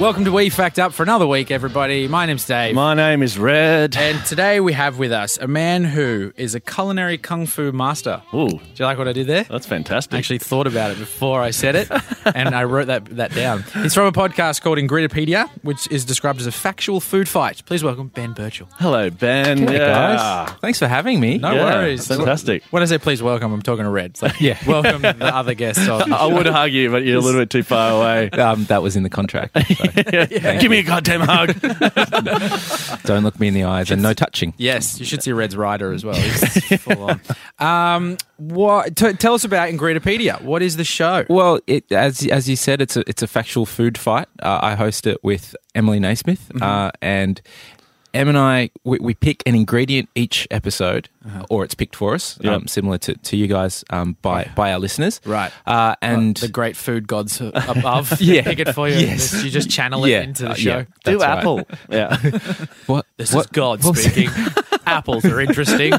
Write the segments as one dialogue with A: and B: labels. A: Welcome to We Fact Up for another week, everybody. My name's Dave.
B: My name is Red.
A: and today we have with us a man who is a culinary kung fu master.
B: Ooh,
A: Do you like what I did there?
B: that's fantastic.
A: I actually thought about it before I said it, and I wrote that, that down. He's from a podcast called Ingridipedia, which is described as a factual food fight. Please welcome Ben Birchall.
B: hello Ben.
C: Hey
B: Yeah.
C: guys, Ah. thanks for having me.
A: No
B: Yeah,
A: worries.
B: fantastic.
A: When I say please welcome, I'm talking to Red. It's like,
C: Yeah.
A: welcome the other guests. of-
B: I would hug you, but you're a little bit too far away.
C: Um, that was in the contract. so
B: Give me a goddamn hug.
C: don't look me in the eyes and no touching.
A: Yes, you should see Red's rider as well. He's full on. Um, what? T- tell us about Ingridipedia. What is the show?
C: Well, it, as as you said, it's a it's a factual food fight. Uh, I host it with Emily Naismith,
A: Mm-hmm.
C: uh, and Em and I we, we pick an ingredient each episode,
A: Uh-huh.
C: or it's picked for us,
B: Yeah.
C: um, similar to, to you guys um, by by our listeners,
A: Right.
C: Uh, and
A: the great food gods above.
C: Yeah.
A: pick it for you.
C: Yes.
A: You just channel it
C: Yeah.
A: into the
C: Uh,
A: show.
C: yeah. That's right.
B: Yeah.
C: what
A: This is
C: what-
A: God
C: what-
A: speaking. Apples are interesting.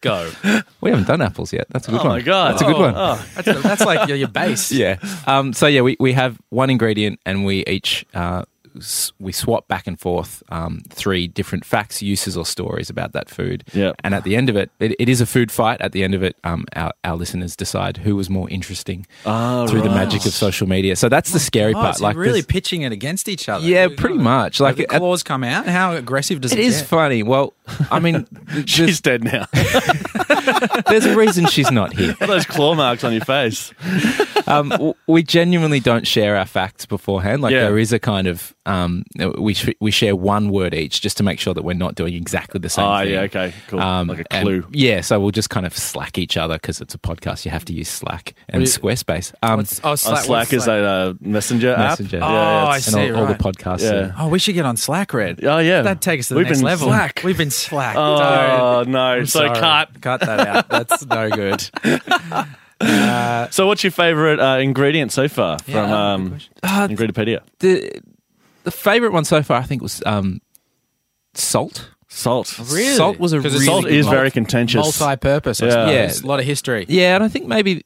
A: Go. oh,
C: We haven't done apples yet. That's a good
B: Oh
C: one.
B: my god.
C: that's a good
B: one.
C: one.
A: That's, that's like your, your base.
C: yeah. Um, so yeah, we, we have one ingredient, and we each uh, s- we swap back and forth um, three different facts, uses, or stories about that food.
B: Yeah.
C: And at the end of it, it, it is a food fight. At the end of it, um, our, our listeners decide who was more interesting
B: Ah,
C: through the
B: right.
C: magic of social media. So that's the scary
A: Oh,
C: part.
A: so you're really
C: this-
A: pitching it against each other.
C: yeah, pretty much. Like
A: the
C: at-
A: claws come out. How aggressive does it
C: it is
A: get?
C: funny. Well, I mean, th-
B: She's dead now.
C: there's a reason she's not here.
B: All those claw marks on your face.
C: um, w- we genuinely don't share our facts beforehand. Like
B: Yeah.
C: there is a kind of um, we sh- we share one word each just to make sure that we're not doing exactly the same.
B: Ah,
C: thing. Um,
B: yeah, okay, cool. Um, Like a
C: and-
B: clue.
C: yeah, so we'll just kind of slack each other because it's a podcast. You have to use Slack and
A: What do you-
C: Squarespace. Um,
A: What's- oh,
B: Slack,
A: Slack,
B: Slack is
A: what's Slack?
B: that uh, messenger,
C: Messenger.
B: app.
C: Oh,
B: yeah,
A: I
B: it's-
C: and
A: see,
C: all, all the
A: right.
C: podcasts.
B: Yeah.
C: are-
A: Oh, we should get on Slack, Red.
B: Oh, yeah.
A: That takes us to the
B: We've
A: next
B: been
A: level.
B: slack.
A: We've been slack.
B: Oh no!
A: Don't.
B: so
A: Sorry.
B: cut.
A: Cut that out. That's no good.
B: So, what's your favorite uh, ingredient so far from um,
C: Uh,
B: Ingredipedia?
C: the the favorite one so far, I think, was um, salt.
B: Salt.
A: Really?
C: Salt was a
A: 'Cause
C: really
A: it's
B: Salt
C: good
B: is
C: one.
B: very contentious.
A: Multi-purpose. I
B: Yeah.
A: suppose.
C: Yeah.
A: There's A lot of history.
C: Yeah, and I think maybe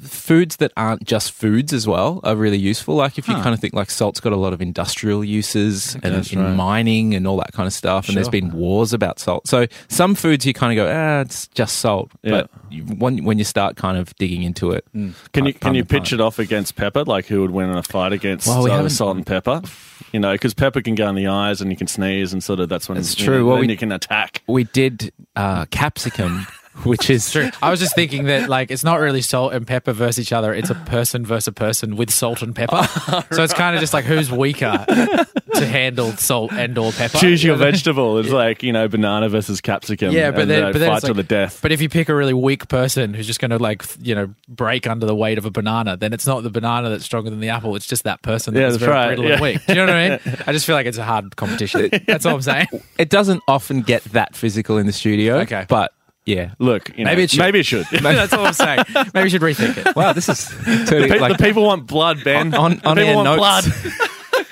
C: foods that aren't just foods as well are really useful. Like if you
A: Huh.
C: kind of think like salt's got a lot of industrial uses and
B: That's
C: in
B: right.
C: mining and all that kind of stuff, and there's
A: Sure.
C: been wars about salt. So some foods you kind of go, ah, it's just salt. But you, when when you start kind of digging into it,
B: Mm. Can you
C: pun-
B: can
C: pun
B: you
C: the pun.
B: pitch it off against pepper? Like who would win in a fight against
C: Well, we
B: uh,
C: haven't-
B: salt and pepper? You know, because pepper can go in the eyes and you can sneeze and sort of that's when
C: It's
B: you
C: true.
B: Know,
C: Well,
B: then
C: we-
B: you can attack.
C: we did uh, capsicum, which is
A: True. I was just thinking that like it's not really salt and pepper versus each other. It's a person versus a person with salt and pepper. So it's kind of just like who's weaker to handle salt and or pepper.
B: Choose your vegetable. It's like you know, banana versus capsicum.
A: Yeah, but
B: and,
A: then,
B: uh,
A: but then
B: fight
A: it's
B: to
A: like-
B: the death.
A: But if you pick a really weak person who's just going to like th- you know break under the weight of a banana, then it's not the banana that's stronger than the apple. It's just that person
B: Yeah,
A: that's
B: that's
A: very
B: right.
A: brittle and
B: Yeah.
A: weak. Do you know what I mean? I just feel like it's a hard competition. That's all I'm saying.
C: it doesn't often get that physical in the studio.
A: Okay.
C: but yeah.
B: Look, you know,
A: Maybe it should.
B: Maybe it should. the,
A: that's all I'm saying. Maybe we should rethink it.
C: Wow, this is turning,
B: pe-
C: like
B: the people want blood, Ben.
C: on
B: the
C: on
B: people
C: air
B: want
C: notes.
B: blood.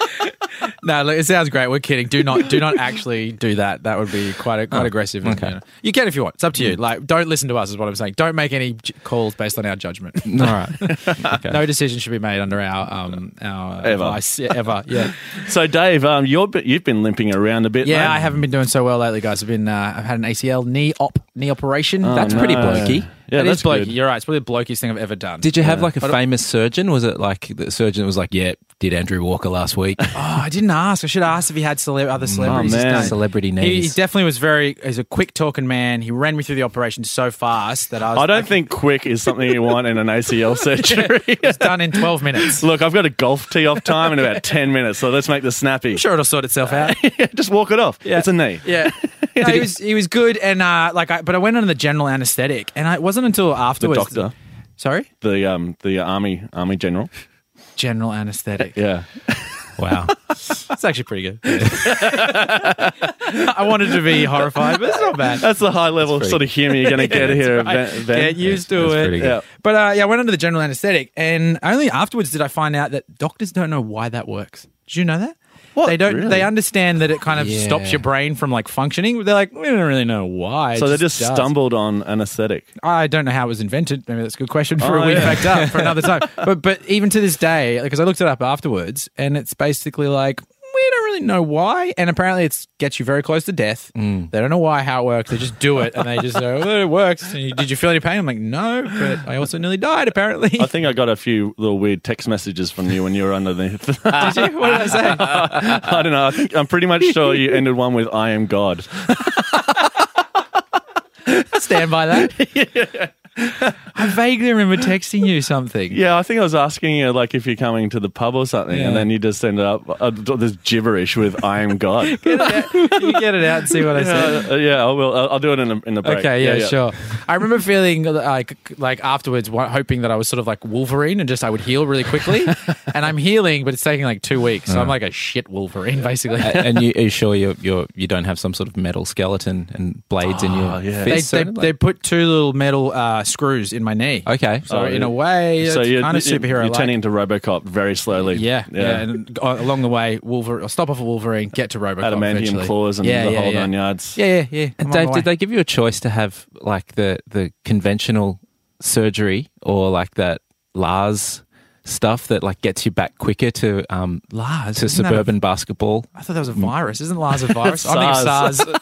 A: No, look, it sounds great. We're kidding. Do not, do not actually do that. That would be quite quite aggressive. and,
C: okay.
A: you, know. You can if you want. It's up to you. Like, don't listen to us. Is what I'm saying. Don't make any j- calls based on our judgment.
C: All right. Okay.
A: No decision should be made under our um our
B: Ever.
A: advice Yeah, ever. Yeah,
B: So, Dave, um, you're b- you've been limping around a bit.
A: yeah.
B: mate.
A: I haven't been doing so well lately, guys. I've been uh, I've had an ACL knee op knee operation.
C: That's pretty
B: no.
C: blokey.
B: Yeah,
A: It is
B: that's
A: blokey.
B: good.
A: You're right. It's probably the blokiest thing I've ever done.
C: Did you have like a famous surgeon? Was it like the surgeon was like, yeah, did Andrew Walker last week?
A: Oh, I didn't ask. I should have asked if he had cele- other celebrities.
B: man.
A: He's done.
C: Celebrity
A: He, he
C: knees.
A: definitely was very. He's a quick talking man. He ran me through the operation so fast that I was.
B: I don't
A: like,
B: think quick is something you want in an ACL surgery.
A: it's done in twelve minutes.
B: Look, I've got a golf tee off time in about 10 minutes, so let's make this snappy.
A: I'm sure it'll sort itself out.
B: Just walk it off. It's a knee.
A: yeah. No, he was he was good and uh like I but I went under the general anesthetic and I, it wasn't until afterwards
B: doctor.
A: Sorry?
B: The um the army army general.
A: General anesthetic.
B: Yeah.
C: wow.
A: That's actually pretty good. I wanted to be horrified, but it's not bad.
B: That's the high level sort of humor you're going to get here. Ben, Ben.
A: Get used to
C: That's
A: it.
C: pretty good.
B: Yeah.
A: But uh, yeah, I went under the general anesthetic, and only afterwards did I find out that doctors don't know why that works. Did you know that?
B: What?
A: They don't.
B: Really?
A: They understand that it kind of
C: Yeah.
A: stops your brain from like functioning. They're like, we don't really know why. it
B: So they just
A: does."
B: stumbled on anesthetic.
A: I don't know how it was invented. Maybe that's a good question for
B: Oh,
A: a week
B: yeah.
A: backed up for another time. But but even to this day, because I looked it up afterwards, and it's basically like we don't really know why. And apparently, it's gets you very close to death.
B: Mm.
A: They don't know why how it works. They just do it, and they just go, well, it works. And you, did you feel any pain? I'm like, no, but I also nearly died. Apparently,
B: I think I got a few little weird text messages from you when you were underneath.
A: did you? What did I say?
B: I don't know. I think I'm pretty much sure you ended one with "I am God."
A: Stand by that. I vaguely remember texting you something.
B: Yeah, I think I was asking you like if you're coming to the pub or something,
A: Yeah.
B: and then you just ended up uh, this gibberish with "I am God." yeah,
A: You get it out and see what I said.
B: uh, yeah, I will. I'll, I'll do it in a, in the break.
A: Okay, yeah, sure. I remember feeling uh, like like afterwards, wa- hoping that I was sort of like Wolverine and just I would heal really quickly. and I'm healing, but it's taking like two weeks, so I'm like a shit Wolverine basically.
C: A- and you, are you sure you you you don't have some sort of metal skeleton and blades in your
B: Oh, yeah.
A: they,
C: fists?
A: they,
C: or-
A: they put two little metal uh, screws in my knee.
C: okay.
A: So
B: Oh,
A: in
B: yeah.
A: a way,
B: So
A: it's
B: you're
A: kind of
B: you're-
A: superhero.
B: You're turning into RoboCop very slowly.
A: Yeah, yeah,
B: yeah.
A: And a- along the way, Wolverine, stop off a Wolverine, get to Robocop.
B: Adamantium
A: eventually.
B: claws and
A: Yeah,
B: the
A: yeah,
B: whole
A: yeah.
B: nine yards.
A: Yeah, yeah, yeah. I'm
C: And
A: on
C: Dave,
A: my way.
C: did they give you a choice to have like the the conventional surgery or like that Lars stuff that like gets you back quicker to um
A: Lars
C: to
A: isn't that a-
C: suburban basketball?
A: I thought that was a virus. Isn't Lars a virus? I think of SARS.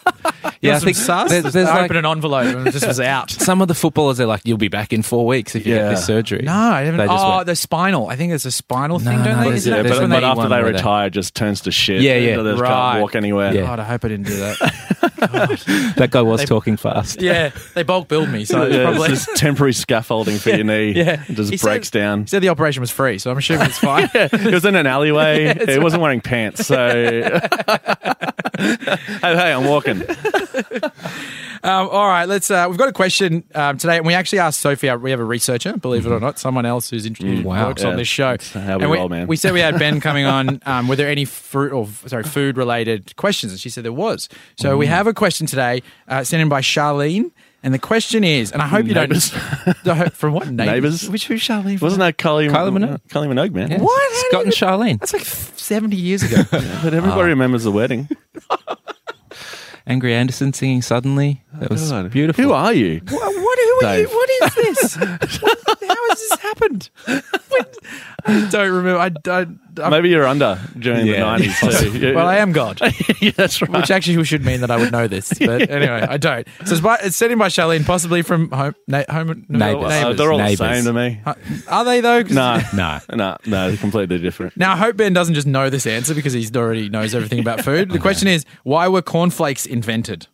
C: Yeah,
A: I
C: I think
A: SARS.
C: there's- there's
A: I
C: like-
A: opened an envelope and it just was out.
C: Some of the footballers are like, you'll be back in four weeks if you
B: Yeah.
C: get this surgery.
A: No, I haven't.
C: They just
A: Oh,
C: went-
A: the spinal. I think it's a spinal
C: No,
A: thing, don't
C: no,
A: they?
C: it
A: Isn't
C: is,
B: Yeah,
A: that
C: there's
B: but,
A: when
B: but
A: they-
C: eat
B: after
C: one
B: they
C: where they-
B: retire, it just turns to shit.
C: Yeah, yeah.
B: They just
A: Right.
B: can't walk anywhere.
C: Yeah.
A: God, I hope I didn't do that.
C: that guy was
A: They-
C: talking fast.
A: yeah, they bulk billed me, so it's
B: Yeah,
A: probably.
B: it's just temporary scaffolding for your knee.
A: yeah.
B: It just
A: He said-
B: breaks down.
A: He said the operation was free, so I'm assuming it's fine.
B: It was in an alleyway. it wasn't wearing pants, so hey, hey, I'm walking.
A: Um, all right, let's. Uh, we've got a question um, today, and we actually asked Sophie. our- We have a researcher, believe it or not, someone else who's int- who
C: Wow.
A: works
B: Yeah.
A: on this show.
B: Mm-hmm. Mm, That's how we
A: And
B: roll, man.
A: We said we had Ben coming on. Um, were there any fruit or sorry food related questions? And she said there was. So
B: Mm.
A: we have a question today, uh, sent in by Charlene. And the question is, and I hope you
B: Neighbours.
A: don't. The ho- From what neighbors?
B: Neighbours.
A: Which who's Charlene? From?
B: Wasn't that Kylie,
C: Kylie Minogue?
B: Kylie Minogue, man.
C: Yeah.
A: What? How
C: Scott
A: do you-
C: and Charlene.
A: That's like f- seventy years ago.
B: But everybody
A: Oh.
B: remembers the wedding.
C: Angry Anderson singing suddenly. That was
B: God.
C: beautiful.
B: Who are you?
A: What, what, who are you,
B: Dave.
A: what is this? What, how has this happened? What- I don't remember. I don't. I'm,
B: Maybe you're under during
C: Yeah.
B: the 90s. So you-
A: well, I am God,
B: yeah, that's right.
A: which actually should mean that I would know this. But anyway, I don't. So it's, by, it's sent in by Charlene, possibly from home. Na- home no,
C: Neighbours.
B: Uh,
A: neighbours.
B: they're all
C: Neighbours.
B: the same to me.
A: Uh, Are they though? 'Cause-
B: No,
C: No.
B: no, no, they're completely different.
A: Now I hope Ben doesn't just know this answer because he's already knows everything about food. The question is, why were cornflakes invented?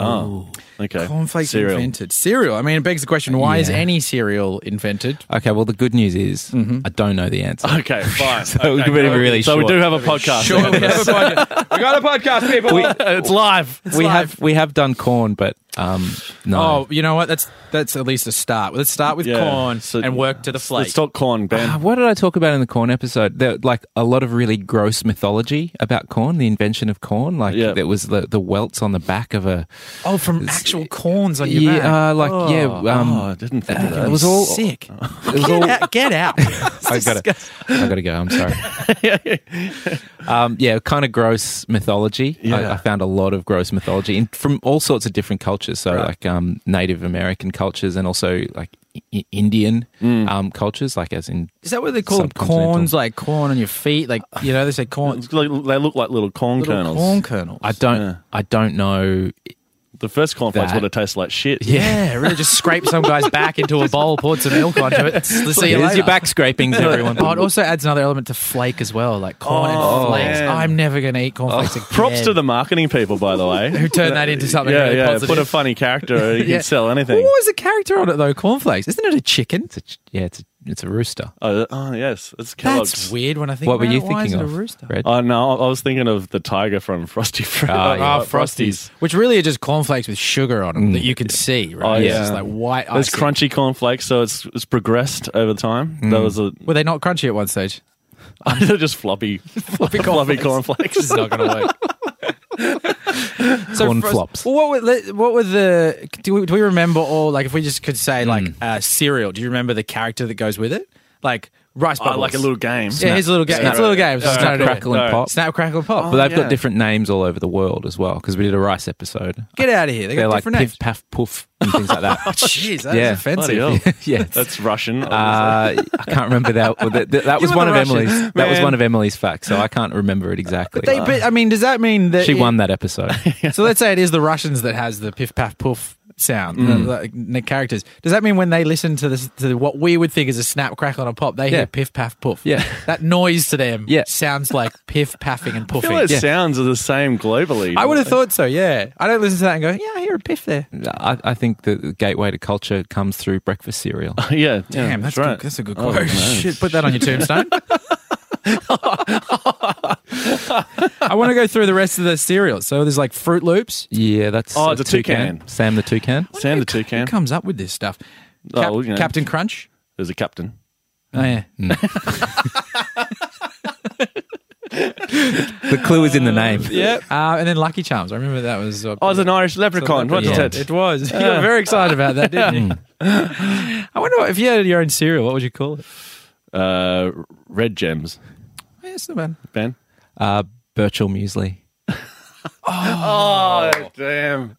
B: Oh, okay.
A: Cornflakes
B: Cereal.
A: invented. Cereal. I mean, it begs the question: Why is
C: Yeah.
A: any cereal invented?
C: Okay, well, the good news is
A: Mm-hmm.
C: I don't know the answer.
B: Okay, fine.
C: it would
B: okay,
C: be
B: cool.
C: really
B: So
C: short.
B: we do have a podcast.
A: Sure, we have a podcast. We got a podcast, people.
B: it's live.
C: we
A: live.
C: have we have done corn, but um, no.
A: Oh, you know what? That's that's at least a start. Let's start with
B: Yeah.
A: corn
B: So-
A: and work to the Ah, flake.
B: Let's talk corn, Ben.
C: Uh, What did I talk about in the corn episode? There, like a lot of really gross mythology about corn, the invention of corn. Like
B: Yeah.
C: there was the, the welts on the back of a
A: oh, from actual corns on your back.
C: yeah, uh, like yeah,
B: oh, I
C: um,
B: didn't
A: uh,
B: think of that.
C: it was all
A: sick.
C: it was
A: Get
C: all.
A: out! Get out.
C: I got to I got to go. I'm sorry. um, yeah, kind of gross mythology.
B: Yeah.
C: I, I found a lot of gross mythology in, from all sorts of different cultures. So
A: Right.
C: like um, Native American cultures and also like I- Indian
A: Mm.
C: um, cultures, like as in
A: Is that what they call them?
C: Subcontinental.
A: Corns, like corn on your feet, like you know they say corn,
B: It's like- they look like little corn
A: little
B: kernels.
A: corn kernels.
C: I don't
B: Yeah.
C: I don't know.
B: The first cornflakes
C: That.
B: would have tasted like shit.
A: yeah, really, just scrape some guy's back into a bowl, pour some milk onto it. Let's see you
C: Here's
A: later.
C: your back scrapings, everyone.
A: Oh, it also adds another element to flake as well, like corn
B: Oh,
A: and flakes.
B: man. Oh.
A: I'm never going to eat cornflakes again.
B: Props to the marketing people, by the way,
A: Who turned that into something
B: Yeah,
A: really
B: yeah.
A: positive.
B: Put a funny character. You
A: Yeah.
B: can sell anything.
A: What was the character on it though? Cornflakes, isn't it a chicken?
C: It's a, ch- yeah, it's a, it's a rooster.
B: Oh, oh, yes, it's Kellogg's.
A: That's weird. When I think,
C: What were
A: about
C: you
A: it. Why is
C: thinking
A: it
C: of?
A: a rooster?
C: Red?
B: Oh no, I I was thinking of the tiger from Frosty Fro-
C: Ah, yeah.
A: Ah,
B: uh,
A: Frosties, which really are just cornflakes with sugar on them that you can see. Right?
B: Oh,
A: It's
B: yeah.
A: just like white.
B: There's
A: icing.
B: crunchy cornflakes, so it's it's progressed over time.
A: Hmm.
B: That was a
A: Were they not crunchy at one stage?
B: they're just floppy, floppy, floppy cornflakes.
A: This is not going to work. So
C: Corn
A: for us-
C: flops.
A: Well, what were, le- what were the? Do we, do
C: Hmm.
A: we remember all? Like, if we just could say, like, uh, cereal. Do you remember the character that goes with it? Like, rice
B: I
A: bubbles.
B: Oh, like a little game.
A: Yeah, here's a little game.
B: Snap- Oh.
A: It's a little game. Snap,
C: Snap, crackle, and
B: No.
C: pop.
A: Snap, crackle, and pop.
C: but they've
B: yeah.
C: got different names all over the world as well because we did a rice episode.
A: Get out of here. They
C: They're
A: got
C: like
A: different names.
C: piff, paff, poof, and things like that.
A: Jeez, that is
C: Yeah.
A: offensive.
B: Bloody hell.
C: yeah,
B: That's Russian.
A: Ah,
B: obviously.
C: Uh, I can't remember that. well, That, that, that was
B: were
C: one
B: the
C: of
B: Russian,
C: Emily's. That was
B: man.
C: one of Emily's facts, so I can't remember it exactly.
A: But they, but I mean, does that mean that
C: she
A: it-
C: won that episode.
A: So let's say it is the Russians that has the piff paff poof sound,
B: Mm.
A: the, like, the characters. Does that mean when they listen to this to what we would think is a snap crackle and a pop, they
C: Yeah.
A: hear piff paff poof?
C: Yeah.
A: that noise to them
C: Yeah.
A: sounds like piff paffing and
B: I
A: puffing.
B: feel
A: I,
B: like sounds are the same globally.
A: would have thought so. Yeah, I don't listen to that and go, yeah, I hear a piff there.
C: I, I think the- the gateway to culture comes through breakfast cereal.
B: Yeah, yeah,
A: Damn, that's,
B: right.
A: good, that's a good
B: Oh,
A: quote.
B: man.
A: Shit, put that on your tombstone. I want to go through the rest of the cereals. So there's like Fruit Loops.
C: Yeah, that's
B: Oh,
C: a
B: it's a toucan.
C: Sam the toucan.
B: Sam the
A: Who
B: toucan.
A: comes up with this stuff?
B: Oh,
A: Cap-
B: well, you know.
A: Captain Crunch.
B: There's a captain.
A: Oh yeah.
C: Mm. The clue is in the name.
A: Yep. Uh, and then Lucky Charms. I remember that was. Uh,
B: Oh, it's an Irish leprechaun. What's
A: yeah,
B: it?
A: It was. you were very excited about that, didn't you?
C: Mm.
A: I wonder what, if you had your own cereal, what would you call it?
B: Uh, red gems.
A: Yeah, it's not bad.
B: Ben.
C: Uh, Birchall muesli.
B: Oh, damn!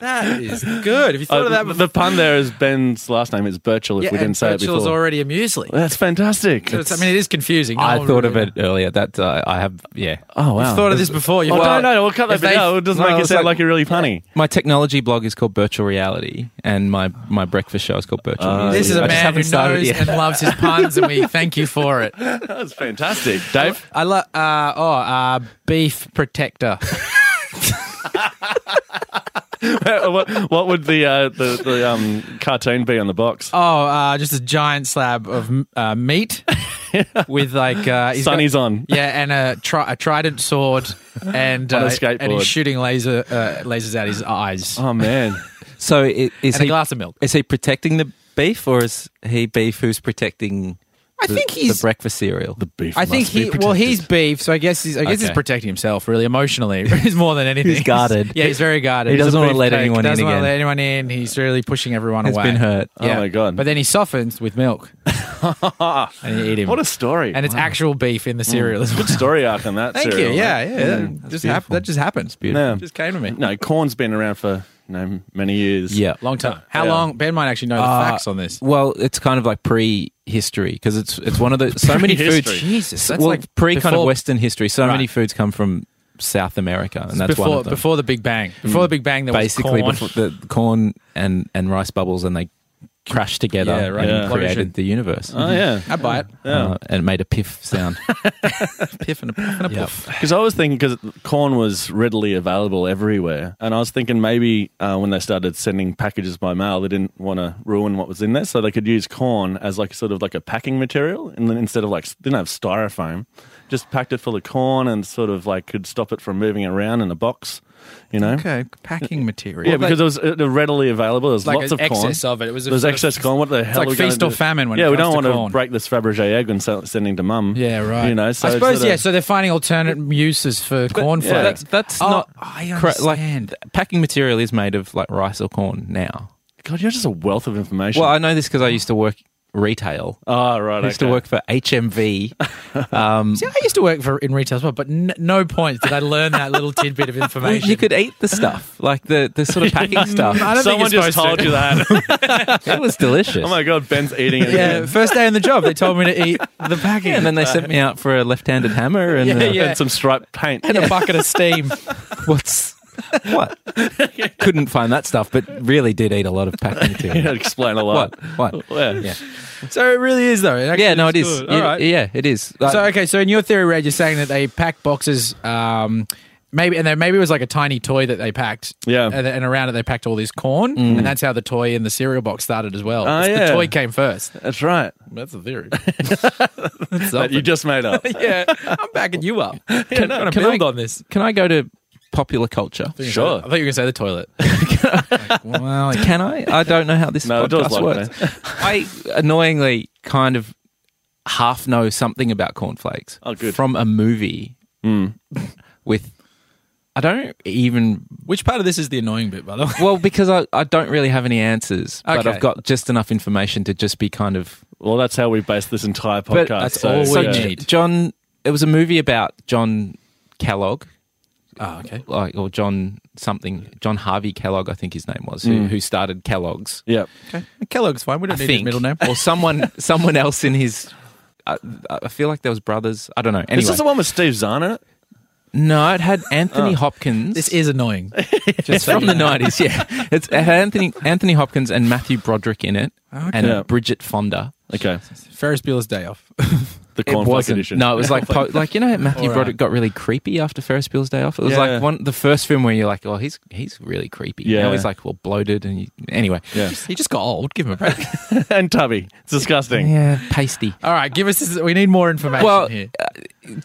A: That is good. If you thought of that before.
B: Uh, the pun there is Ben's last name is Birchall. If we didn't say it before,
A: already a muesli.
B: that's fantastic.
A: So it's- I mean, it is confusing. No
C: I
A: one
C: thought
A: Oh, really
C: of it earlier. That uh, I have. Yeah.
B: oh wow!
A: You've thought of this before. You've
B: Oh,
A: well,
B: no, no, we'll cut that
A: if they-
B: bit out. It doesn't
C: no,
B: make it
C: it's
B: sound
C: like-
B: like, you're really funny.
C: My technology blog is called Virtual Reality, and my, my breakfast show is called Virtual Muesli.
A: Oh, This is
C: I
A: a
C: just
A: man
C: haven't
A: who
C: started it
A: knows and
C: yet.
A: loves his puns, and we thank you for it.
B: That's fantastic, Dave.
A: I love. Uh, oh, uh, beef protector.
B: what, what would the uh, the, the um, cartoon be on the box?
A: Oh, uh, just a giant slab of m- uh, meat with like uh, he's got-
B: Sonny's on.
A: Yeah, and a, tri- a trident sword, and
B: On a
A: uh, and
B: skateboard.
A: he's shooting laser uh, lasers out his eyes,
B: Oh man,
C: So i- is
A: and a
C: he
A: glass of milk.
C: is he protecting the beef, or is he beef who's protecting?
A: I
C: the-
A: think he's-
C: the breakfast cereal.
B: the beef.
A: I think
B: must be
A: he well
B: protected.
A: he's beef, so I guess he's I guess he's
C: Okay.
A: protecting himself really emotionally. He's more than anything.
C: He's guarded.
A: yeah, he's very guarded.
C: He
A: He's a
C: doesn't wanna let
A: beefcake.
C: anyone in
A: He doesn't want
C: again.
A: to let anyone in. He's really pushing everyone
C: He's
A: away.
C: been hurt.
B: Oh my God.
A: But then he softens with milk, and you eat him.
B: Ah, What a story!
A: and it's actual beef in the
C: Mm.
A: cereal as well.
B: good story arc on that.
A: Thank
B: serial,
A: you.
B: mate.
A: Yeah, yeah. that, just hap-
C: beautiful.
A: that just happened.
C: beautiful.
B: Yeah.
A: Just came to me.
B: No, corn's been around for you know, many years.
C: Yeah.
A: Long time. How
B: Yeah.
A: long? Ben might actually know the
C: Uh,
A: facts on this.
C: Well, it's kind of like pre-history because it's it's one of the so many foods.
B: Pre-history.
A: Jesus, that's
C: well,
A: like
C: pre kind of
A: before-
C: Western history. So many
A: Right.
C: foods come from South America, and that's
A: before
C: one of them. Mm.
A: before the Big Bang. Before the Big Bang, there
C: Basically,
A: was
C: before
A: corn.
C: the corn and and rice bubbles, and they crashed together
A: Yeah, right.
C: and
B: Yeah.
A: Implosion.
C: created the universe.
A: Mm-hmm.
B: Oh yeah.
A: I buy it.
C: Uh, and it made a piff sound.
A: Piff and a, puff and a puff.
B: Because I was thinking, because corn was readily available everywhere, and I was thinking maybe uh, when they started sending packages by mail, they didn't want to ruin what was in there, so they could use corn as like sort of like a packing material, and then instead of like s- didn't have styrofoam, just packed it full of corn and sort of like could stop it from moving around in a box, you know?
A: Okay, packing material.
B: Yeah, because it was uh, readily available. There's
A: like
B: lots
A: an
B: of corn.
A: excess of it. It was a-
B: There was excess corn. What the hell?
A: like
B: are we gonna
A: feast or
B: do?
A: famine when
B: yeah,
A: it
B: we
A: comes
B: don't
A: to
B: want
A: corn.
B: to break this Fabergé egg and sell- sending to mum.
A: yeah, right.
B: You know, so
A: I
B: it's
A: suppose
B: sorta-
A: yeah. So they're finding alternative uses for cornflakes.
C: That- that's
A: Oh,
C: not
A: I
C: cra- like
A: understand.
C: packing material is made of like rice or corn now.
B: God, you're just a wealth of information.
C: Well, I know this because I used to work retail.
B: Oh, right.
C: I used to
B: okay.
C: work for HMV.
A: See, I used to work for in retail as well, but n- no points did I learn that little tidbit of information.
C: you could eat the stuff, like the, the sort of packing
A: I
C: stuff.
A: don't
B: Someone
A: think you're
B: just
A: supposed
B: told
A: to.
B: you that.
C: It was delicious.
B: oh my God, Ben's eating it.
A: Yeah,
B: again.
A: first day on the job, they told me to eat the packing
C: and then they sent me out for a left-handed hammer and
A: Yeah,
C: uh,
A: yeah.
B: And some striped paint.
A: and a bucket of steam.
C: what's what? Couldn't find that stuff, but really did eat a lot of packing material.
B: That'd explain a lot.
C: What? What?
B: Yeah.
A: So it really is though. It actually
C: Yeah, no, it is.
A: good.
C: You-
A: All right.
C: Yeah, it is. Like,
A: So okay, so in your theory, Red, you're saying that they pack boxes, um, maybe, and then maybe it was like a tiny toy that they packed.
B: Yeah. Mm.
A: and, and around it they packed all this corn, and that's how the toy in the cereal box started as well.
B: Ah,
A: It's
B: yeah.
A: The toy came first.
B: That's right.
A: That's the theory.
B: That you just made up.
A: yeah, I'm backing you up. Can,
C: no,
A: gonna
C: can
A: build
C: I-
A: on this.
C: can I go to popular culture?
B: Sure.
A: I thought you were gonna say the toilet. Like, well, yeah.
C: Can I? I don't know how this
B: No, it does
C: podcast
B: like
C: works. I annoyingly kind of half
A: Oh,
C: know something about cornflakes
A: Hmm.
B: Oh, good.
C: from a movie with I don't even
A: Which part of this is the annoying bit, by the way?
C: well because I, I don't really have any answers, but
A: Okay.
C: I've got just enough information to just be kind of.
B: Well, that's how we based this entire podcast.
C: But
A: that's
B: so,
A: all we
B: yeah.
A: need.
C: J- John, it was a movie about John Kellogg,
A: Oh, okay.
C: like or John something, John Harvey Kellogg, I think his name was, who, who started Kellogg's.
B: Yeah.
A: Okay. Kellogg's fine. We don't
C: I
A: need
C: think,
A: his middle name.
C: or someone someone else in his. I, I feel like there was brothers. I don't know. Anyway,
B: Is this the one with Steve Zahn in it?
C: no, it had Anthony Hopkins.
A: This is annoying. Just so
C: from
A: you
C: the
A: know.
C: nineties. Yeah, it's it had Anthony Anthony Hopkins and Matthew Broderick in it,
B: Yeah.
C: and Bridget Fonda.
B: Okay.
A: Ferris Bueller's Day Off.
B: The cornflake edition.
C: No, it was like po- like you know Matthew
A: All right.
C: Broderick got really creepy after Ferris Bueller's Day Off. It was
B: Yeah.
C: like one the first film where you're like, oh, he's he's really creepy. Yeah,
B: Yeah.
C: now he's like well bloated and you, anyway.
B: Yeah.
A: he just got old. Give him a break.
B: and Tubby. It's disgusting.
C: Yeah, pasty.
A: All right, give us. This, we need more information
C: Well,
A: here.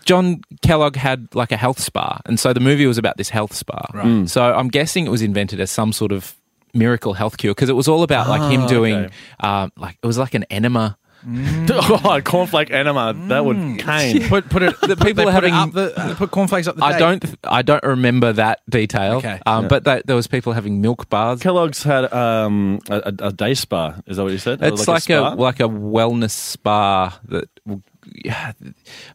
C: John Kellogg had like a health spa, and so the movie was about this health spa.
A: Right. Mm.
C: So I'm guessing it was invented as some sort of miracle health cure because it was all about like
A: Ah,
C: him doing
B: okay.
C: uh, like it was like an enema.
B: oh, cornflake enema. That would
A: Mm.
B: cane.
A: Put put it. The
C: people are having-
A: up the, uh, they put cornflakes up the.
C: I
A: date.
C: don't I don't remember that detail.
A: Okay.
C: Um, But that, there was people having milk bars.
B: Kellogg's had um, a, a a day spa. Is that what you said? Or
C: It's like, a,
B: spa?
C: like a wellness spa that yeah,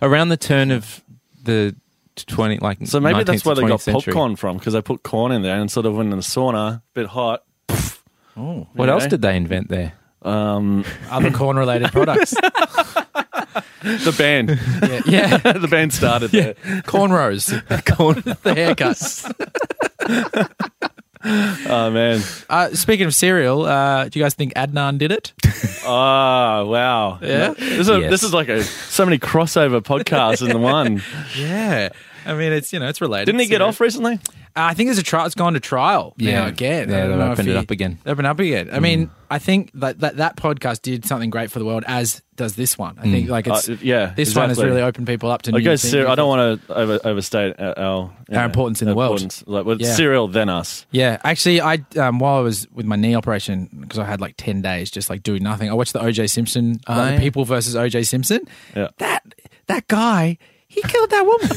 C: around the turn of the twenty like
B: so maybe
C: 19th
B: that's where
C: to
B: they got
C: 20th century.
B: popcorn from because they put corn in there and sort of went in the sauna, bit hot.
A: Oh,
C: What
B: you
C: else
B: know?
C: did they invent there?
B: Um,
A: other corn related products.
B: the band,
A: Yeah, yeah.
B: the band started there.
A: cornrows, corn the haircuts.
B: Oh man,
A: Uh, speaking of cereal, uh, do you guys think Adnan did it?
B: oh wow,
A: Yeah?
B: This is, a-
C: Yes.
B: this is like a so many crossover podcasts in the one.
A: yeah, I mean it's you know it's related.
B: Didn't he get
A: Cereal.
B: off recently?
A: Uh, I think there's a trial. It's gone to trial
C: Yeah.
A: now again.
C: Yeah,
A: I don't
C: they've
A: know if
C: opened it
A: he-
C: up again.
A: They've opened up again. Mm. I mean, I think that, that that podcast did something great for the world, as does this one. I think like it's
B: Uh, yeah,
A: this one has
B: exactly.
A: really opened people up to.
B: I
A: new
B: guess
A: things.
B: cere- I don't want to over, overstate our, our,
A: Our importance in the world.
B: importance. Like, well,
A: Yeah.
B: cereal than us.
A: Yeah, actually, I um, while I was with my knee operation because I had like ten days just like doing nothing. I watched the OJ Simpson,
C: Oh,
A: like,
C: yeah.
A: People versus OJ Simpson.
B: Yeah.
A: That that guy, he killed that woman,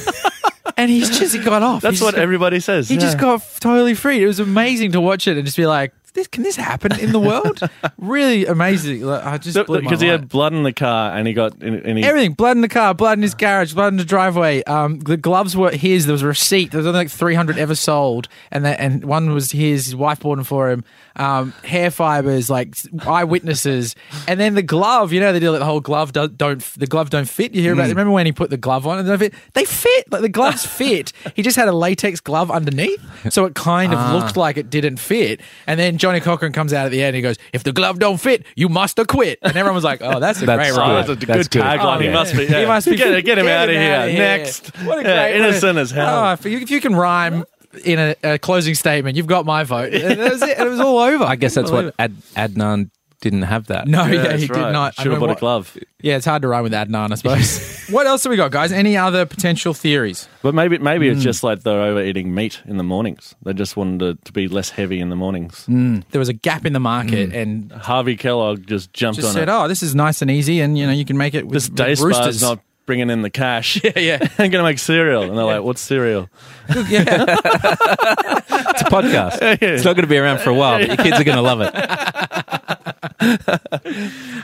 A: and he's just he got off.
B: That's
A: He
B: what
A: just got-
B: everybody says.
A: He just got f- totally free. It was amazing to watch it and just be like, this, "Can this happen in the world?" really amazing. Like, I just blew my
B: because he
A: mind.
B: had blood in the car and he got and he
A: Everything, Ah. blood in the car, blood in his garage, blood in the driveway. Um, the gloves were his. There was a receipt. There was only like three hundred ever sold, and that and one was his. His wife bought them for him. Um, hair fibers, like s- eyewitnesses, and then the glove. You know, they do like the whole glove don't, don't the glove don't fit. You hear about? it. Remember when he put the glove on and they fit? They fit. Like the gloves fit. He just had a latex glove underneath, so it kind of looked like it didn't fit. And then Johnny Cochran comes out at the end. and He goes, "If the glove don't fit, you must acquit." And everyone was like, "Oh, that's a
C: That's
A: great
C: good.
A: ride."
B: That's a good
C: That's good.
B: tagline.
A: Oh,
B: he
A: yeah.
B: must be. Yeah.
A: He must be.
B: Get, get him out of here.
A: outta
B: Next.
A: What a great
B: Yeah,
A: what a-
B: innocent as hell.
A: Oh, if you, if you can rhyme in a, a closing statement, you've got my vote. And that was it. And it was all over.
C: I guess that's what Ad- Adnan didn't have that.
A: No, yeah,
B: that's
A: he
B: right.
A: did not. I
B: Should
A: mean,
B: have bought
A: what-
B: a glove.
A: Yeah, it's hard to rhyme with Adnan, I suppose. what else have we got, guys? Any other potential theories?
B: But maybe maybe it's just like they're overeating meat in the mornings. They just wanted to, to be less heavy in the mornings.
A: There was a gap in the market
B: Mm.
A: and
B: Harvey Kellogg just jumped
A: just
B: on
A: said,
B: it.
A: "Oh, this is nice and easy, and you know you can make it with,
B: this
A: with
B: day spa's
A: roosters."
B: not bringing in the cash.
A: yeah, yeah,
B: I'm going to make cereal. And they're like, what's cereal?
A: yeah.
C: It's a podcast. It's not going to be around for a while, but your kids are going to love it.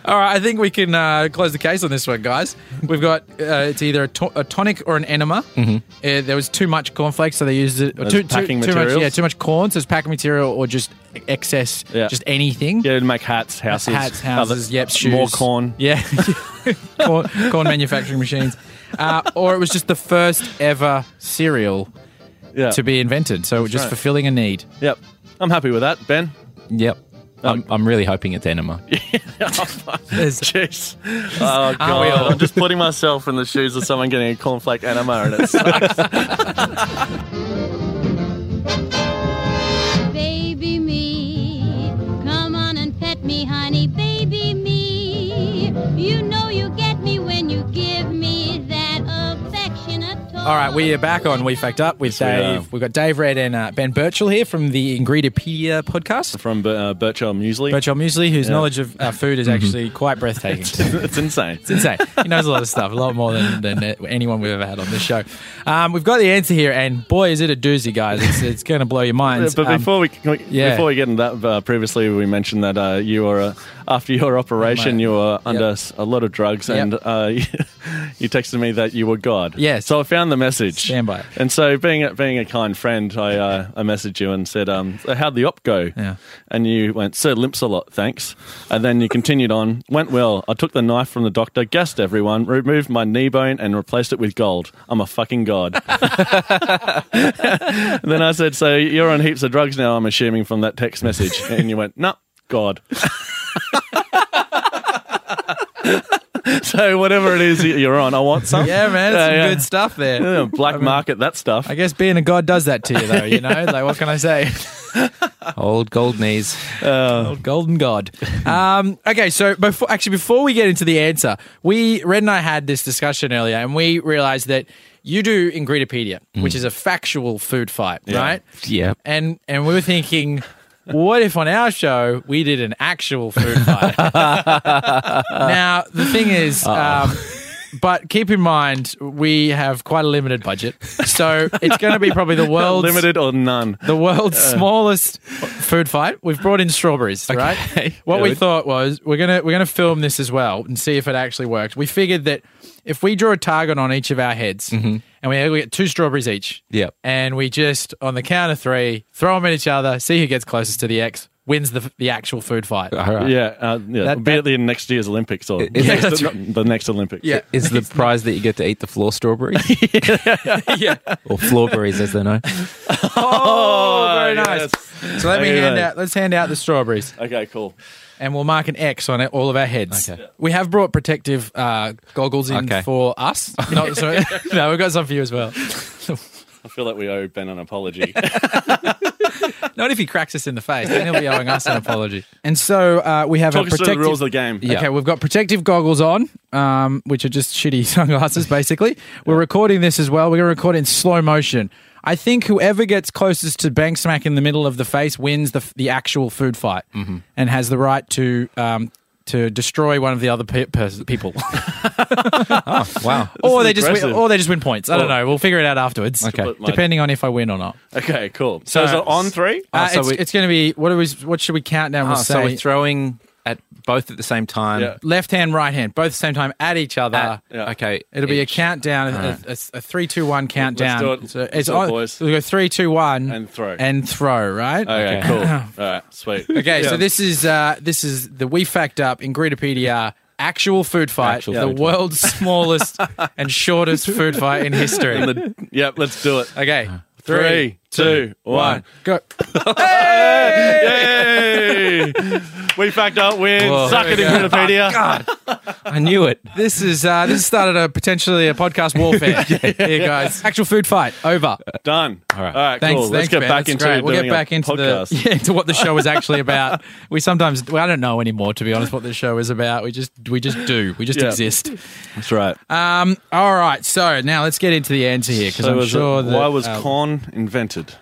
A: All right, I think we can uh, close the case on this one, guys. We've got uh, it's either a, to- a tonic or an enema. Mm-hmm. Uh, there was too much cornflakes, so they used it. Or
B: As
A: too,
B: packing
A: too, too much,
B: materials?
A: yeah, too much corn, so it's packing material or just excess,
B: Yeah.
A: just anything.
B: Yeah, to make hats, houses.
A: Hats, houses,
B: other-
A: yep, shoes.
B: More corn.
A: Yeah, corn, corn manufacturing machines. Uh, or it was just the first ever cereal
B: Yeah.
A: to be invented, so just
B: right.
A: fulfilling a need.
B: Yep. I'm happy with that, Ben.
C: Yep.
B: Oh.
C: I'm, I'm really hoping it's enema.
A: There's-
B: Jeez. Oh, God.
A: we all?
B: I'm just putting myself in the shoes of someone getting a cornflake enema and it's
D: baby me. Come on and pet me, honey, baby me. You know you get me when you give me that affectionate toy.
A: All right, we are back on We Fact Up with
B: we
A: Dave.
B: are.
A: We have got Dave Red and uh, Ben Birchall here from the Ingredipedia podcast.
B: from uh, Birchall Muesli.
A: Birchall Muesli, whose knowledge of uh, food is
B: Mm-hmm.
A: actually quite breathtaking.
B: it's insane.
A: It's insane. He knows a lot of stuff, a lot more than, than anyone we've ever had on this show. Um, we've got the answer here, and boy, is it a doozy, guys. It's, it's going to blow your minds.
B: but
A: Um,
B: before we can we-
A: yeah.
B: before we get into that, uh, previously we mentioned that uh, you were uh, after your operation,
A: Mate.
B: you were under s- a lot of drugs,
A: Yep.
B: and uh, you texted me that you were God.
A: Yes.
B: So I found the message.
A: Stand by it.
B: And so, being a- being a kind friend, I uh, I messaged you and said, um, so "How'd the op go?"
A: Yeah.
B: And you went, "Sir limps a lot, thanks." And then you continued on. Went well. I took the knife from the doctor, gassed everyone, removed my knee bone, and replaced it with gold. I'm a fucking god. And then I said, "So you're on heaps of drugs now?" I'm assuming from that text message, and you went, "No, God." so whatever it is that you're on, I want some.
A: Um, yeah, man, it's
B: Yeah,
A: some
B: yeah.
A: good stuff there.
B: Yeah, black market that stuff.
A: I guess being a god does that to you, though. You know, like what can I say? Uh,
C: Old gold knees.
A: Golden god. Um, okay, so before actually before we get into the answer, we Red and I had this discussion earlier, and we realized that you do Ingridipedia, which is a factual food fight, right?
C: Mm. Yeah.
A: And and we were thinking. What if on our show we did an actual food fight? now the thing is, um, but keep in mind we have quite a limited budget, so it's going to be probably the world's
B: Limited or none.
A: the world's smallest food fight. We've brought in strawberries, right? What we
C: Good.
A: thought was we're gonna we're gonna film this as well and see if it actually worked. We figured that if we draw a target on each of our heads and we, we get two strawberries each,
C: Mm-hmm. Yep.
A: and we just on the count of three throw them at each other, see who gets closest to the X wins the the actual food fight.
C: All right.
B: Yeah, uh, yeah.
A: That-
B: be at the next year's Olympics or
C: is
B: next-
C: that's
B: the next Olympics.
A: Yeah.
C: Is the prize that you get to eat the floor strawberry? yeah. Or floorberries, as they're known.
A: Oh, very nice. So let me
B: Okay,
A: hand
B: nice.
A: out. Let's hand out the strawberries,
B: Okay, cool.
A: and we'll mark an X on it, all of our heads.
C: Okay.
A: We have brought protective uh, goggles in
C: Okay.
A: for us. No, sorry. no, we've got some for you as well.
B: I feel like we owe Ben an apology.
A: Not if he cracks us in the face, then he'll be owing us an apology. And so uh, we have a
B: Talk us through the
A: protective.
B: rules of the game.
C: Yeah.
A: Okay, we've got protective goggles on, um, which are just shitty sunglasses, basically. We're recording this as well. We're going to record it in slow motion. I think whoever gets closest to bang smack in the middle of the face wins the, the actual food fight
C: Mm-hmm.
A: and has the right to um, to destroy one of the other pe- pers- people,
C: Wow.
A: or
B: is
A: they just win,
B: aggressive.
A: or they just win points. I don't know. We'll figure it out afterwards.
C: Okay.
B: But my-
A: depending on if I win or not.
B: Okay, cool. So, is it on three?
A: Uh,
C: Ah, so
A: it's
C: we-
A: it's going to be what are we? What should we count down?
C: Oh,
A: we'll
C: so
A: say-
C: we're throwing at both at the same time.
B: Yeah.
A: left hand, right hand, both at the same time at each other.
C: At-
B: Yeah.
C: Okay.
A: Ah, It'll be a
C: each.
A: countdown, a- a, a, three, two, one countdown.
B: do it.
A: So
B: Let's
A: it's
B: do it,
A: on,
B: boys.
A: we go three, two, one,
B: And throw.
A: and throw. Right?
B: Okay, cool. All right, sweet.
A: Okay,
B: Yeah.
A: so this is uh, this is the we fact up Ingridipedia actual food fight,
C: Actual
A: the
C: food fight.
A: world's smallest and shortest food fight in history.
B: Yep, let's do it.
A: okay,
B: Three, two, one.
A: go.
B: Yay! we fact up, win,
C: Whoa.
B: suck it,
A: There we go.
B: Wikipedia.
C: I knew it.
A: This is uh, this started a potentially a podcast warfare. Here, guys, actual food fight over.
B: Done. All
C: right.
B: All right,
A: Thanks,
B: cool.
A: thanks,
B: let's get
A: Ben.
B: back
A: That's
B: into
A: great. We'll get
B: doing a
A: back into
B: podcast.
A: the yeah, into what the show is actually about. we sometimes well, I don't know anymore to be honest what the show is about. We just we just do. We just
B: Yeah.
A: exist.
B: That's right.
A: Um all right. So, now let's get into the answer here because
B: So
A: I'm
B: was it-
A: sure that
B: why was
A: uh,
B: corn invented?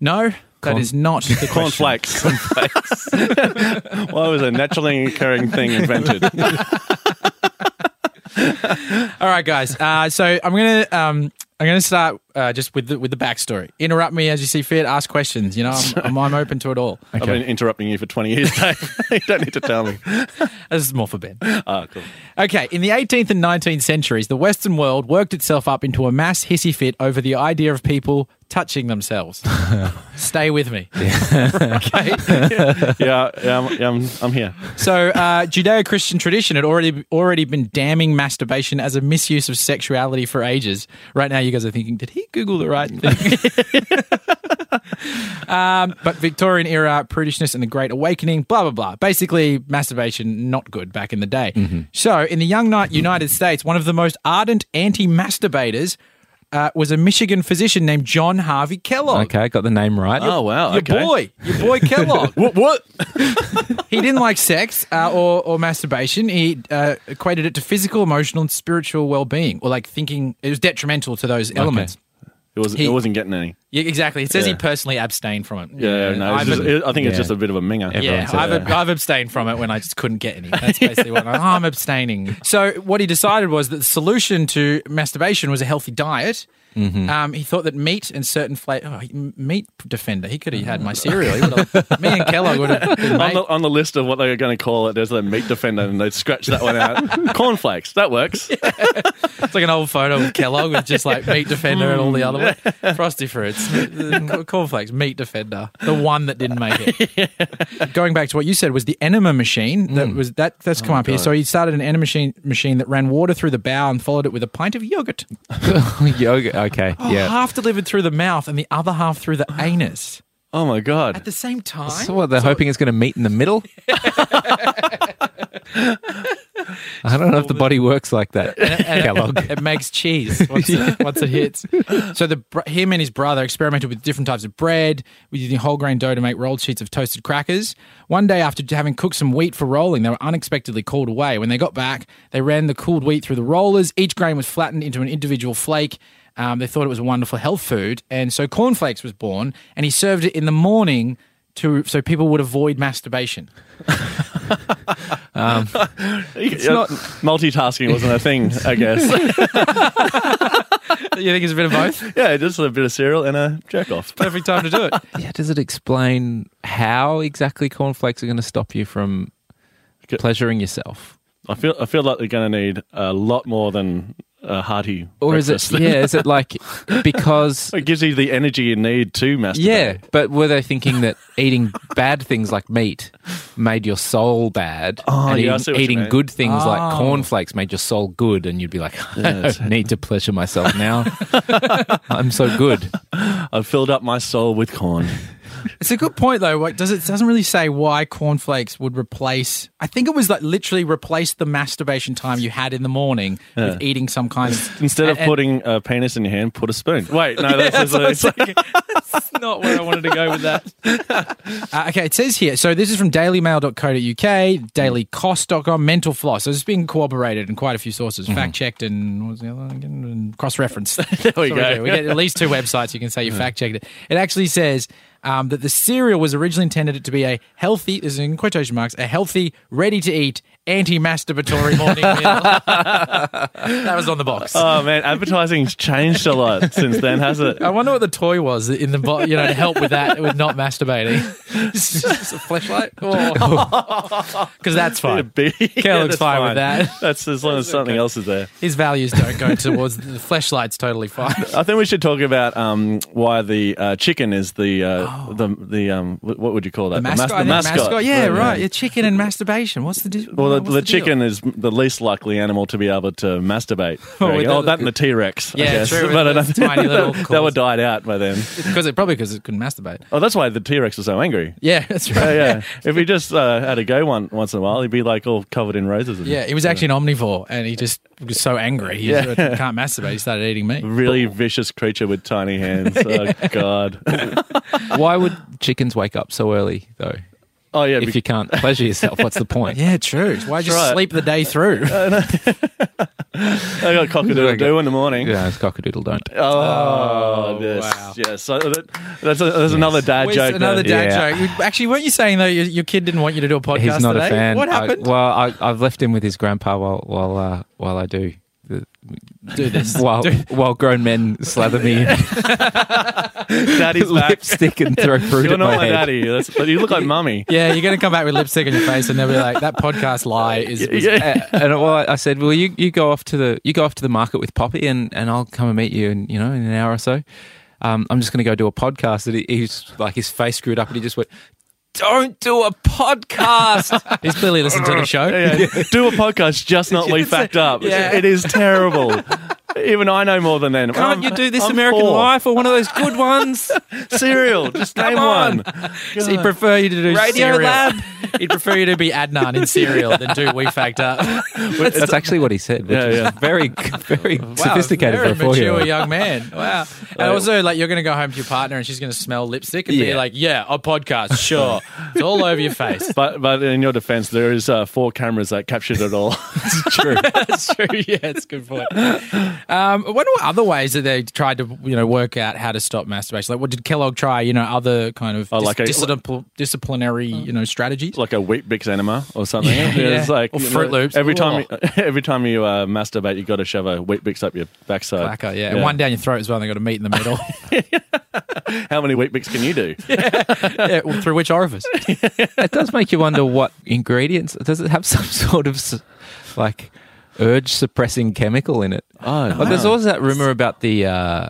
A: No, that
C: Corn-
A: is not the
B: Corn
A: question.
B: flakes. why was a naturally occurring thing invented?
A: All right, guys. Uh, so I'm gonna um, I'm gonna start uh, just with the with the backstory. Interrupt me as you see fit. Ask questions. You know, I'm, I'm, I'm open to it all.
B: I've been interrupting you for 20 years, Dave. you don't need to tell me.
A: This is more for Ben.
B: Ah, cool.
A: Okay, in the 18th and 19th centuries, the Western world worked itself up into a mass hissy fit over the idea of people touching themselves. Stay with me. okay.
B: Yeah, yeah, I'm, yeah, I'm, I'm here.
A: So, uh, Judeo-Christian tradition had already already been damning masturbation as a misuse of sexuality for ages. Right now, you guys are thinking, did he Google the right thing? um, but Victorian era prudishness and the Great Awakening, blah blah blah. Basically, masturbation not good back in the
B: Mm-hmm.
A: day. So, in the young night United States, one of the most ardent anti-masturbators. uh, was a Michigan physician named John Harvey Kellogg.
C: Okay, got the name right.
B: Oh wow!
A: Your
B: okay.
A: boy, your boy Kellogg.
B: What? What?
A: he didn't like sex uh, or, or masturbation. He uh, equated it to physical, emotional, and spiritual well being, or like thinking it was detrimental to those elements.
B: It was.
A: He-
B: it wasn't getting any.
A: Yeah, exactly. It says he
B: Yeah.
A: personally abstained from it.
B: Yeah, no. it's
A: I've
B: just-
A: ab-
B: it- I think it's
C: yeah.
B: just a bit of a minger. uh,
A: yeah,
C: Everyone said
A: I've,
C: that.
A: I've abstained from it when I just couldn't get any. That's basically what I'm, I'm abstaining. So what he decided was that the solution to masturbation was a healthy diet. Um, he thought that meat and certain fla- oh, he- m- meat defender. He could have had my cereal. He would've- me and Kellogg would have been
B: On
A: mates.
B: the, on the list of what they were going to call it, there's a meat defender, and they scratched that one out. Cornflakes, that works.
A: It's like an old photo of Kellogg with just like meat defender and all the other ones. Frosty Fruits, uh, cornflakes, meat defender, the one that didn't make it. Going back to what you said was the enema machine that was that that's come up here. So he started an enema machine machine that ran water through the bowel and followed it with a pint of yogurt,
C: Yoga. Okay. Yeah.
A: half delivered through the mouth and the other half through the anus
B: Oh my god!
A: at the same time.
C: So what? They're hoping it's going to meet in the middle. I don't know if the body works like that. Kellogg.
A: It makes cheese once, it, once it hits. So the br- him and his brother experimented with different types of bread, with using whole grain dough to make rolled sheets of toasted crackers. One day, after having cooked some wheat for rolling, they were unexpectedly called away. When they got back, they ran the cooled wheat through the rollers. Each grain was flattened into an individual flake. Um, they thought it was a wonderful health food, and so cornflakes was born. And he served it in the morning. To, so people would avoid masturbation.
B: Yeah, multitasking wasn't a thing, I guess.
A: You think it's a bit of both?
B: yeah, just a bit of cereal and a jerk off.
A: Perfect time to do it.
C: Yeah, does it explain how exactly cornflakes are going to stop you from
B: Okay.
C: pleasuring yourself?
B: I feel I feel like they're going to need a lot more than a hearty.
C: Or is it, yeah, is it like because,
B: It gives you the energy you need to masturbate.
C: yeah, but were they thinking that eating bad things like meat made your soul bad?
B: Oh,
C: and
B: yeah, I see
C: eating,
B: what you
C: eating
B: mean.
C: good things like
A: Oh.
C: cornflakes made your soul good, and you'd be like, I don't need to pleasure myself now. I'm so good.
B: I filled up my soul with corn.
A: It's a good point though. Like, does it doesn't really say why cornflakes would replace? I think it was like literally replace the masturbation time you had in the morning with eating some kind of
B: Instead of
A: And- and-
B: putting a penis in your hand, put a spoon. Wait, no, that's,
A: That's
B: that's
A: what I was thinking. That's not where I wanted to go with that. Uh, okay, it says here. So this is from dailymail.co.uk, dailycost.com, mental floss. So it's being corroborated in quite a few sources,
B: Mm-hmm.
A: fact checked and what was the other one again? And cross-referenced. there
B: we go.
A: We get at least two websites you can say you fact checked it. It actually says um, that the cereal was originally intended to be a healthy, this is in quotation marks, a healthy, ready to eat, anti masturbatory morning meal. that was on the box.
B: Oh man, advertising's changed a lot since then, has it?
A: I wonder what the toy was in the bo- you know to help with that with not masturbating. It's just a flashlight, because Oh. that's
B: Yeah,
A: fine.
B: big.
A: Kellogg's
B: that's
A: fine with that.
B: That's as long as something else is there.
A: His values don't go towards the flashlight's totally fine.
B: I think we should talk about um, why the uh, chicken is the uh, the the um, wh- what would you call that?
A: Oh. Mascot, I
B: mas-
A: think Yeah, right. Your chicken and masturbation. What's the di-
B: Well, the,
A: what's
B: the
A: deal?
B: chicken is the least likely animal to be able to masturbate.
A: Oh,
B: Oh,
A: well, that-
B: that and the T Rex.
A: Yeah,
B: I guess.
A: true,
B: But I
A: those
B: don't-
A: tiny little
B: they were
A: claws.
B: died out by then.
A: because it probably because it couldn't masturbate.
B: Oh, that's why the T Rex was so angry.
A: Yeah, that's
B: Oh,
A: right.
B: yeah. if he just uh, had a go one, once in a while, he'd be like all covered in roses. And
A: Yeah, he was actually an omnivore, and he just was so angry. He just can't masturbate. He started eating meat.
B: really vicious creature with tiny hands. Oh God.
C: Why would chickens wake up so early, though?
B: Oh yeah.
C: If you can't pleasure yourself, what's the point?
A: Yeah, true. Why just
B: right.
A: sleep the day through?
B: I got cockadoodle do in the morning.
C: Yeah, it's cockadoodle don't.
B: Oh, yes,
A: wow.
B: yes. So that, that's a, that's another dad
A: Where's
B: joke.
A: another
B: there.
A: dad
C: Yeah.
A: joke. You- Actually, weren't you saying though your, your kid didn't want you to do a podcast?
C: He's not
A: today?
C: a fan.
A: eh? What
C: I-
A: happened?
C: well, I, I've left him with his grandpa while while uh, while I do. the-
A: do this.
C: While while grown men slather me in
B: Daddy's back.
C: lipstick and throw fruit
B: You're
C: at my
B: not my
C: head.
B: daddy. That's, but you look like mummy.
A: Yeah, you're going to come back with lipstick on your face, and they'll be like, "That podcast lie is." was-
B: Yeah.
C: A- and well, I- I said, "Well, you, you go off to the you go off to the market with Poppy, and, and I'll come and meet you in you know in an hour or so. Um, I'm just going to go do a podcast." And he, he was like, his face screwed up, and he just went, "Don't do a podcast."
A: He's clearly listened to the show.
B: Yeah, yeah. Do a podcast, just not we facked up.
A: Yeah.
B: It is terrible. Even I know more than them.
C: Can't
B: I'm-
C: you do this
B: I'm
C: American
B: four.
C: Life or one of those good ones?
B: Cereal. Just name
C: on.
B: one.
A: So he'd prefer you to do
C: Radio
A: cereal.
C: Lab.
A: He'd prefer you to be Adnan in cereal than do We Fact Up.
C: That's, actually what he said, which
B: Yeah,
C: is
B: yeah.
C: very, very sophisticated for
A: very
C: a four-year-old.
A: mature young man. Wow. And also, like, you're going to go home to your partner and she's going to smell lipstick and be
C: Yeah.
A: like, "Yeah, a podcast, sure. it's all over your face."
B: But but in your defense, there is uh, four cameras that captured it all. it's true.
A: That's true. Yeah, it's a good point. Um, I wonder what other ways that they tried to, you know, work out how to stop masturbation. Like, what did Kellogg try? You know, other kind of
B: Oh,
A: dis-
B: like a-
A: discipl- disciplinary, you know, strategies.
B: like a wheat bix enema or something.
A: Yeah,
B: It's
A: yeah.
B: like
A: Or
B: you know,
A: Fruit Loops.
B: Every time, you, every time you uh, masturbate, you got to shove a wheat bix up your backside.
A: Blacker, yeah. And one down your throat as well. They got to meet in the middle.
B: How many wheat bix can you do?
A: yeah, well, through which orifice?
C: It does make you wonder what ingredients. Does it have some sort of s- like urge suppressing chemical in it?
B: Oh,
C: Like, there's always that rumor about the uh,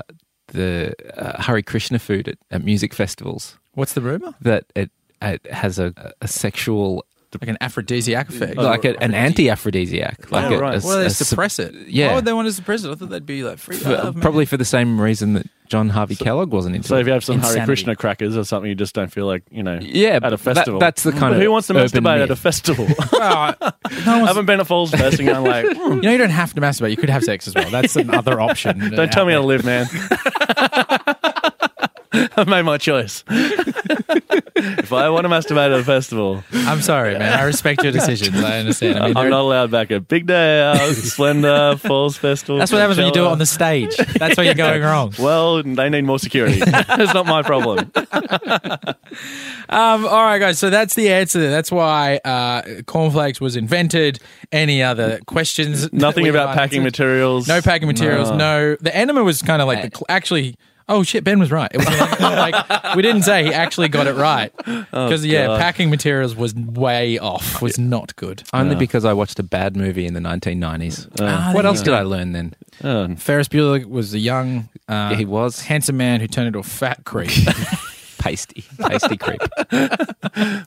C: the uh, Hare Krishna food at, at music festivals
A: What's the rumor?
C: that it, it has a, a sexual,
A: Like an aphrodisiac effect.
C: like a, an anti-aphrodisiac. Like
B: Oh, right.
C: a, a-
A: Oh, Why do they
C: a sup-
A: suppress it?
C: yeah.
A: Why would they want to suppress it? I thought they'd be like free.
C: for-
A: love, man.
C: probably for the same reason that John Harvey Kellogg wasn't into.
B: So
C: it.
B: if you have some Hare
A: Insanity.
B: Krishna crackers or something, you just don't feel like you know.
C: yeah,
B: at a
C: that-
B: festival.
C: that's the kind
B: But
C: of
B: who wants to
C: urban
B: masturbate at
C: myth.
B: a festival?
A: Well, no
B: I
A: one's-
B: haven't been at Falls Fest and I'm like,
A: you know, you don't have to masturbate. You could have sex as well. That's another option.
B: don't tell me how to live, man. I've made my choice. if I want to masturbate at a festival,
A: I'm sorry, man. I respect your decisions. I understand. I mean,
B: I'm
A: they're-
B: not allowed back at Big Day Out, Splendor, Falls Festival.
A: that's what happens when you do it
B: Coachella.
A: on the stage. That's where you're going wrong.
B: Well, they need more security. That's not my problem.
A: Um, all right, guys. So that's the answer. there. That's why uh, cornflakes was invented. Any other questions?
B: Nothing
A: We
B: about
A: can't
B: packing
A: answer?
B: materials.
A: No packing materials. No. The enema was kind of like the cl- actually. Oh shit, Ben was right. It was like, like, we didn't say he actually got it right because yeah,
B: God.
A: packing materials was way off. Was not good. Uh,
C: Only because I watched a bad movie in the 1990s.
A: Ah,
C: what
A: there
C: else
A: you
C: did
A: go.
C: I learn then?
B: Oh,
A: Ferris Bueller was a young, uh,
C: he was.
A: handsome man who turned into a fat creep.
C: Pasty, pasty creep.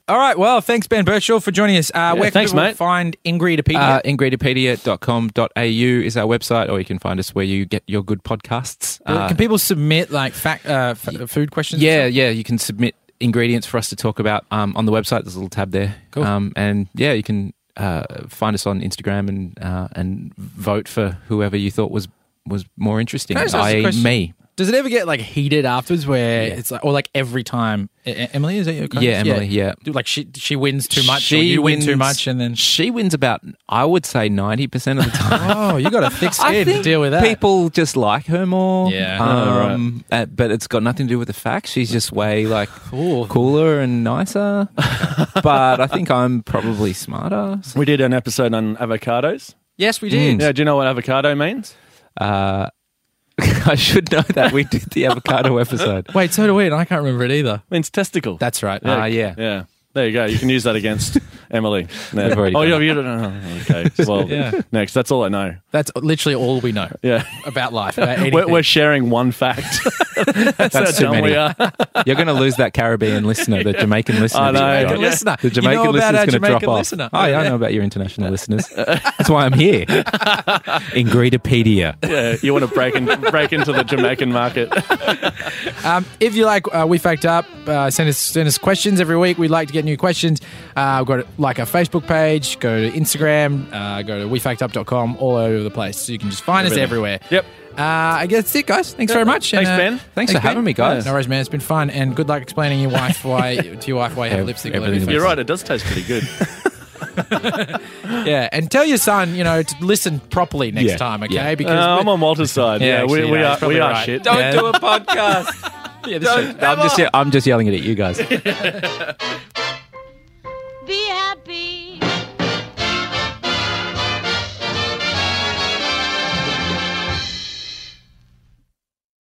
A: All right, well, thanks Ben Birchall for joining us. Uh, where
B: thanks,
A: can people
B: mate.
A: find Ingridipedia?
C: Uh, ingridipedia.com.au is our website, or you can find us where you get your good podcasts. Uh,
A: can people submit like fact, uh, fa- food questions?
C: yeah, yeah, you can submit ingredients for us to talk about um, on the website. There's a little tab there.
A: Cool.
C: Um, and yeah, you can uh, find us on Instagram and uh, and vote for whoever you thought was was more interesting,
A: Can I just ask a
C: i.e.,
A: question?
C: me.
A: Does it ever get like heated afterwards where
C: Yeah.
A: it's like, or like every time? E- E- Emily, is that your coach?
C: Yeah, Emily, yeah.
A: Do- Like she she wins too much, or you win too
C: wins-
A: much, and then.
C: she wins about I would say ninety percent of the time.
A: Oh, you got a thick skin to deal with that. Oh,
C: People just like her more.
A: Yeah.
C: Um, uh, but it's got nothing to do with the facts. She's just way like
A: Ooh.
C: cooler and nicer. but I think I'm probably smarter.
B: We did an episode on avocados.
A: yes, we
C: Mm.
A: did.
B: Yeah, do you know what avocado means?
C: Uh, I should know that we did the avocado episode.
A: Wait, so do we, and I can't remember it either.
B: It means testicle.
A: That's right. Uh,
C: Ah, yeah.
B: yeah. There you go. You can use that against Emily. No.
C: We've already
B: oh,
C: done
B: yeah,
C: it.
B: you don't know. Okay. Well,
A: Yeah.
B: next. That's all I know.
A: That's literally all we know
B: Yeah.
A: about life. About
B: We're,
A: anything.
B: we're sharing one fact. That's,
C: That's
B: how
C: too
B: dumb
C: many.
B: we are.
C: You're going to lose that Caribbean listener, the Jamaican listener.
B: I
C: that
B: know.
C: you
A: Jamaican
C: got.
A: listener.
C: The
A: You know
C: Jamaican
A: about
C: listener's
A: our
C: going to drop
A: Jamaican
C: off.
A: listener.
C: Oh, yeah, I know about your international listeners. That's why I'm here. That's why I'm here.
B: Yeah, you want to break in, break into the Jamaican market.
A: Um, if you like, uh, we fact up. Uh, send us send us questions every week. We'd like to get new questions. Uh, we've got like our Facebook page. Go to Instagram. Uh, go to wefactup.com. All over the place. So you can just find us everywhere.
B: Everything. Yep.
A: Uh, I guess that's it, guys. Thanks very much.
B: Thanks, Ben.
C: Thanks for having me, guys.
A: No worries, man. It's been fun, and good luck explaining your wife why to your wife why you have
C: Ev-
A: lipstick.
C: everything
A: all
B: You're
A: over
B: right. It does taste pretty good.
A: your face. Yeah, and tell your son, you know, to listen properly next
C: Yeah.
A: time, okay?
C: Yeah.
A: Because
B: Uh, I'm on Walter's side. Yeah, we,
A: actually, yeah,
B: we
A: he's
B: are
A: probably
B: we are
A: right.
B: shit.
C: Don't do a podcast.
A: yeah, this
C: I'm just I'm just yelling it at you guys.